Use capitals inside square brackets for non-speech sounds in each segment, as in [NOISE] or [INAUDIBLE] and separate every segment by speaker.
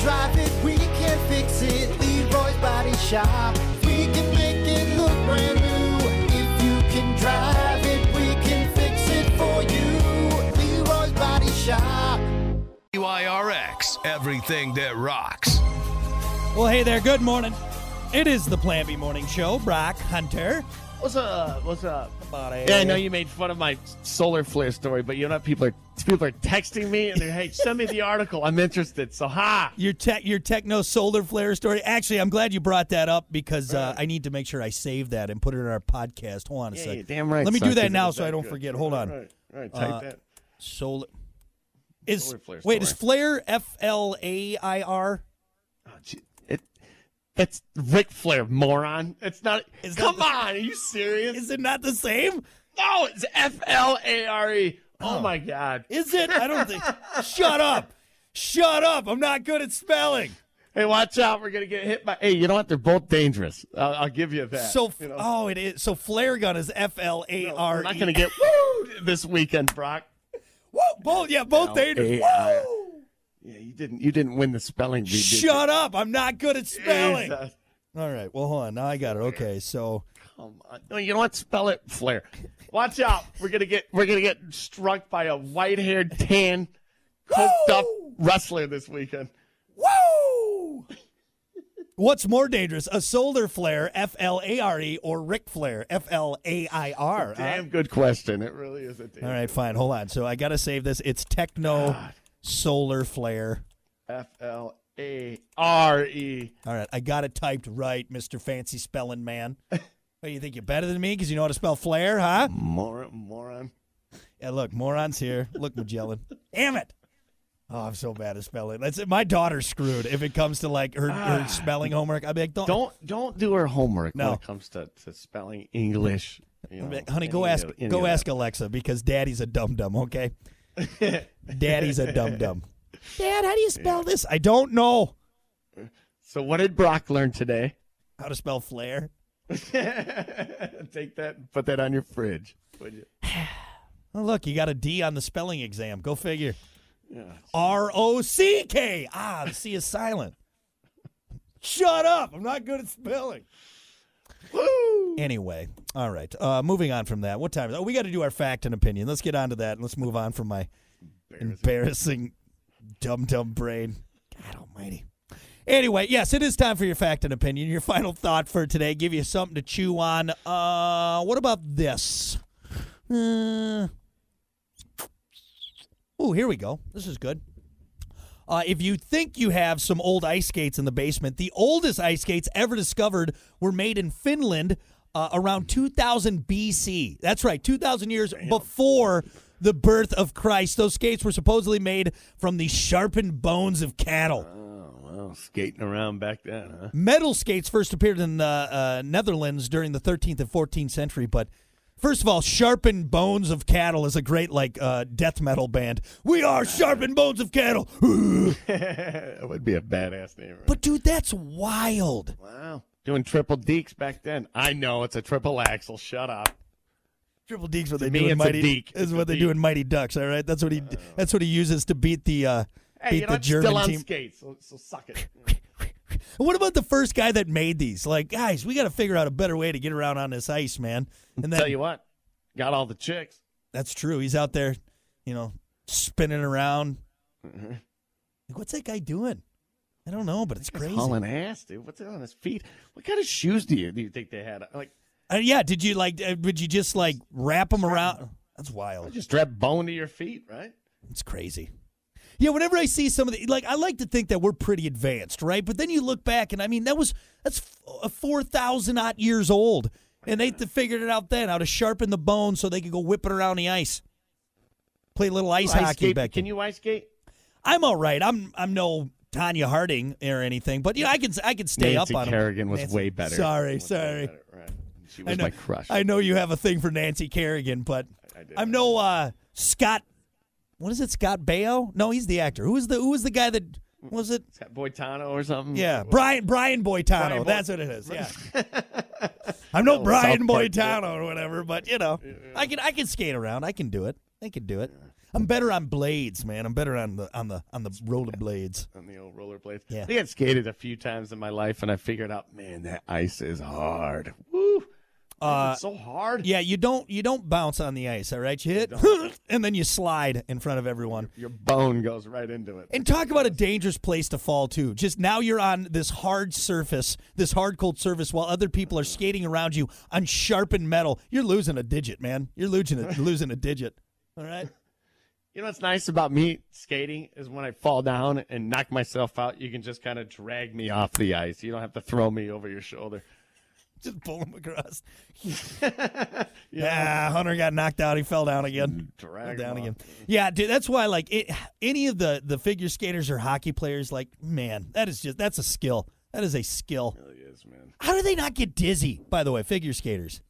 Speaker 1: drive it, we can fix it. Leroy's Body Shop. We can make it look brand new. If you can drive it, we can fix it for you. Leroy's Body Shop.
Speaker 2: WIRX, everything that rocks.
Speaker 3: Well, hey there. Good morning. It is the Plan B Morning Show. Brock Hunter.
Speaker 4: What's up? What's up?
Speaker 3: Buddy.
Speaker 4: Yeah, I know you made fun of my solar flare story, but you know what? people are people are texting me and they're hey, send me the article. I'm interested. So ha.
Speaker 3: Your tech, your techno solar flare story. Actually, I'm glad you brought that up because uh, I need to make sure I save that and put it in our podcast. Hold on a
Speaker 4: Yeah,
Speaker 3: second.
Speaker 4: you're damn right.
Speaker 3: Let me
Speaker 4: son,
Speaker 3: do
Speaker 4: 'cause
Speaker 3: that
Speaker 4: it
Speaker 3: now
Speaker 4: was
Speaker 3: so
Speaker 4: that
Speaker 3: I don't
Speaker 4: good.
Speaker 3: forget. Hold on.
Speaker 4: All right, all right, type
Speaker 3: Uh,
Speaker 4: that.
Speaker 3: Solar. Is
Speaker 4: Solar flare
Speaker 3: wait is
Speaker 4: story.
Speaker 3: flare F L A I R?
Speaker 4: Oh, gee, it, that's Ric Flair, moron. It's not.
Speaker 3: Is that
Speaker 4: come
Speaker 3: the-
Speaker 4: on, are you serious?
Speaker 3: Is it not the same?
Speaker 4: no, it's F L A R E. Oh, my god.
Speaker 3: Is it? I don't think. Shut up! Shut up! I'm not good at spelling.
Speaker 4: [LAUGHS] Hey, watch out. We're gonna get hit by. Hey, you know what? They're both dangerous. I'll, I'll give you that.
Speaker 3: So
Speaker 4: you know?
Speaker 3: oh, it is. So flare gun is F L A
Speaker 4: we're
Speaker 3: R
Speaker 4: not
Speaker 3: E.
Speaker 4: gonna get wooed this weekend, Brock.
Speaker 3: Whoa, Both yeah, both dangerous.
Speaker 4: A-I-
Speaker 3: Woo!
Speaker 4: Yeah, you didn't. You didn't win the spelling bee. did you? [LAUGHS]
Speaker 3: Shut up! I'm not good at spelling.
Speaker 4: Jesus.
Speaker 3: All right. Well, hold on. Now I got it. Okay. So
Speaker 4: Come on. oh No, you know what? Spell it flare. Watch out. We're gonna get we're gonna get struck by a white haired tan coked up
Speaker 3: Woo!
Speaker 4: wrestler this weekend.
Speaker 3: woo. What's more dangerous, a solar flare, F L A R E, or Ric Flair, F L A I R?
Speaker 4: Oh,
Speaker 3: Uh,
Speaker 4: Damn good question. It really is a damn
Speaker 3: All right, fine. Hold on. So I gotta save this. It's techno solar flare.
Speaker 4: F L A R E.
Speaker 3: All right, I got it typed right, Mister Fancy Spelling Man. What, you think you're better than me because you know how to spell flare, huh?
Speaker 4: Moron moron.
Speaker 3: Yeah, look, morons here. Look, Magellan. Damn it. Oh, I'm so bad at spelling. That's it. My daughter's screwed if it comes to like her, her spelling homework. I'd be like, don't,
Speaker 4: Ah. Don't don't do her homework
Speaker 3: No.
Speaker 4: when it comes to, to spelling English. you
Speaker 3: I'd be
Speaker 4: know,
Speaker 3: like, honey, go
Speaker 4: any
Speaker 3: ask
Speaker 4: of- any
Speaker 3: go
Speaker 4: of that.
Speaker 3: ask Alexa because daddy's a dum dum,
Speaker 4: [LAUGHS]
Speaker 3: okay? daddy's a dum dum. Dad, how do you spell this? I don't know
Speaker 4: So what did Brock learn today? [LAUGHS]
Speaker 3: how to spell flare.
Speaker 4: Take that and put that on your fridge. would you?
Speaker 3: Oh, look, you got a D on the spelling exam. Go figure. R O C K. Ah, the C is silent. Shut up. I'm not good at spelling.
Speaker 4: Woo!
Speaker 3: Anyway, all right. Uh, moving on from that. What time is it? Oh, we got to do our fact and opinion. Let's get on to that and let's move on from my embarrassing dumb dumb brain. God almighty. Anyway, yes, it is time for your fact and opinion. Your final thought for today. Give you something to chew on. Uh, what about this? Uh, oh, here we go. This is good. Uh, if you think you have some old ice skates in the basement, the oldest ice skates ever discovered were made in Finland uh, around 2000 BC. That's right, 2000 years before the birth of Christ. Those skates were supposedly made from the sharpened bones of cattle.
Speaker 4: Well, skating around back then, huh?
Speaker 3: Metal skates first appeared in the uh, Netherlands during the 13th and 14th century, but first of all, Sharpened Bones of Cattle is a great like uh, death metal band. We are Sharpened Bones of Cattle. [LAUGHS]
Speaker 4: that would be a badass name. Right?
Speaker 3: but dude, that's wild.
Speaker 4: wow, doing triple deeks back then. I know it's a triple axle. Shut up.
Speaker 3: Triple Deeks what they
Speaker 4: me,
Speaker 3: do in
Speaker 4: it's a
Speaker 3: Mighty
Speaker 4: deke.
Speaker 3: is
Speaker 4: It's
Speaker 3: what
Speaker 4: a
Speaker 3: they do
Speaker 4: deke.
Speaker 3: in Mighty Ducks. All right, that's what he that's what he uses to beat the uh,
Speaker 4: Hey,
Speaker 3: beat
Speaker 4: you know
Speaker 3: the
Speaker 4: what?
Speaker 3: German
Speaker 4: still on
Speaker 3: team.
Speaker 4: skates, so, so
Speaker 3: [LAUGHS]
Speaker 4: suck it.
Speaker 3: What about the first guy that made these? Like, guys, we got to figure out a better way to get around on this ice, man. And
Speaker 4: Tell
Speaker 3: then
Speaker 4: you what, got all the chicks.
Speaker 3: that's true. He's out there, you know, spinning around.
Speaker 4: Mm-hmm.
Speaker 3: Like, what's that guy doing? I don't know, but it's crazy.
Speaker 4: Hauling ass, dude. What's on his feet? What kind of shoes do you do you think they had? Like,
Speaker 3: Uh, yeah, did you like? Uh, would you just like wrap him around? That's wild.
Speaker 4: just strap bone to your feet, right?
Speaker 3: It's crazy. Yeah, whenever I see some of the like, I like to think that we're pretty advanced, right? But then you look back, and I mean, that was that's f- uh, four thousand odd years old, and they th- figured it out then how to sharpen the bone so they could go whip it around the ice, play a little ice,
Speaker 4: Ice
Speaker 3: hockey
Speaker 4: skate.
Speaker 3: back.
Speaker 4: Can
Speaker 3: then.
Speaker 4: you ice skate?
Speaker 3: I'm all right. I'm I'm no Tanya Harding or anything, but you know, I can I can stay
Speaker 4: Nancy
Speaker 3: up on 'em.
Speaker 4: Kerrigan was
Speaker 3: Nancy-
Speaker 4: way better.
Speaker 3: Sorry,
Speaker 4: Was way
Speaker 3: sorry.
Speaker 4: better, right. She was
Speaker 3: I know,
Speaker 4: my crush.
Speaker 3: I know you have a thing for Nancy Kerrigan, but
Speaker 4: I do.
Speaker 3: I'm no uh, Scott. What is it? Scott Baio? No, he's the actor. Who was the Who was the guy that what was it?
Speaker 4: Boitano or something.
Speaker 3: Yeah,
Speaker 4: What-
Speaker 3: Brian Brian Boitano.
Speaker 4: Brian Boy-
Speaker 3: that's what it is. Yeah,
Speaker 4: [LAUGHS]
Speaker 3: I'm no
Speaker 4: South
Speaker 3: Brian
Speaker 4: Park,
Speaker 3: Boitano or whatever, but you know, I can I can skate around. I can do it. I can do it. I'm better on blades, man. I'm better on the on the on the roller blades.
Speaker 4: on the old rollerblades.
Speaker 3: Yeah.
Speaker 4: I think I skated a few times in my life, and I figured out, man, that ice is hard. Woo!
Speaker 3: Uh,
Speaker 4: it's so hard.
Speaker 3: yeah, you don't you don't bounce on the ice, all right? You hit [LAUGHS] and then you slide in front of everyone.
Speaker 4: Your bone goes right into it.
Speaker 3: And talk about a dangerous place to fall to. Just now you're on this hard surface, this hard cold surface while other people are skating around you on sharpened metal. You're losing a digit, man. You're losing
Speaker 4: [LAUGHS]
Speaker 3: a, losing a digit. All right?
Speaker 4: You know what's nice about me skating is when I fall down and knock myself out, you can just kind of drag me off the ice. You don't have to throw me over your shoulder. [LAUGHS]
Speaker 3: Just pull them across. Yeah, Hunter got knocked out. He fell down again.
Speaker 4: Mm, Drag
Speaker 3: down
Speaker 4: him
Speaker 3: again.
Speaker 4: off.
Speaker 3: Yeah, dude, that's why like it, any of the the figure skaters or hockey players, like man, that is just that's a skill. That is a skill.
Speaker 4: Really is, man.
Speaker 3: How do they not get dizzy? By the way, figure skaters.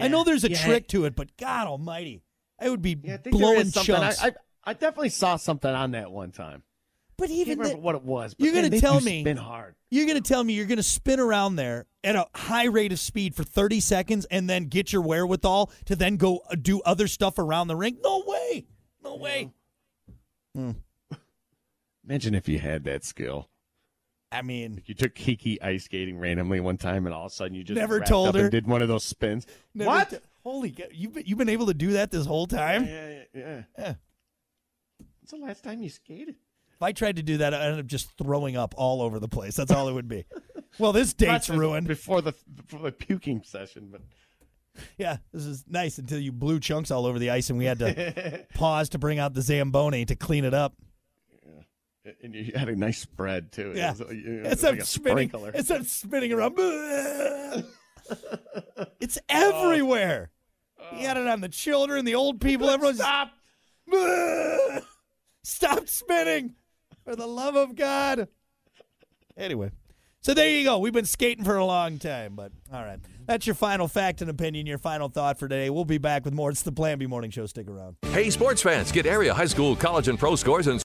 Speaker 3: I know there's a trick to it, but God Almighty, I would be
Speaker 4: Yeah, I think there
Speaker 3: blowing
Speaker 4: is something. I-
Speaker 3: chunks.
Speaker 4: I, I definitely saw something on that one time.
Speaker 3: but
Speaker 4: I can't
Speaker 3: even
Speaker 4: remember
Speaker 3: the-
Speaker 4: what it was. But
Speaker 3: you're gonna
Speaker 4: man, they
Speaker 3: tell
Speaker 4: do
Speaker 3: me-
Speaker 4: spin hard.
Speaker 3: you're going to tell me you're going to spin around there at a high rate of speed for 30 seconds and then get your wherewithal to then go uh, do other stuff around the rink? No way. No way.
Speaker 4: Imagine if you had that skill.
Speaker 3: I mean,
Speaker 4: You took Kiki ice skating randomly one time, and all of a sudden you just
Speaker 3: Never
Speaker 4: wrapped
Speaker 3: told
Speaker 4: up
Speaker 3: her.
Speaker 4: and did one of those spins.
Speaker 3: never
Speaker 4: what?
Speaker 3: t- holy God. You've been, you've been able to do that this whole time?
Speaker 4: yeah, yeah, yeah.
Speaker 3: Yeah.
Speaker 4: When's the last time you skated?
Speaker 3: If I tried to do that, I'd end up just throwing up all over the place. That's all it would be. Well, this date's
Speaker 4: Not just
Speaker 3: ruined.
Speaker 4: before the before the puking session, but
Speaker 3: Yeah, this is nice until you blew chunks all over the ice and we had
Speaker 4: [LAUGHS]
Speaker 3: to pause to bring out the Zamboni to clean it up.
Speaker 4: and you had a nice spread too. It
Speaker 3: Yeah.
Speaker 4: was, uh, you know, it was
Speaker 3: It's
Speaker 4: like
Speaker 3: up
Speaker 4: a
Speaker 3: spinning.
Speaker 4: sprinkler.
Speaker 3: It's up spinning around. [LAUGHS] it's
Speaker 4: [LAUGHS] Oh.
Speaker 3: everywhere. You had it on the children, the old
Speaker 4: [LAUGHS]
Speaker 3: people, everyone's [LAUGHS]
Speaker 4: Stop!
Speaker 3: stop spinning for the love of God. Anyway, so there you go. We've been skating for a long time, but all right. That's your final fact and opinion, your final thought for today. We'll be back with more. It's the Plan B Morning Show. Stick around.
Speaker 5: Hey, sports fans, get area high school, college, and pro scores and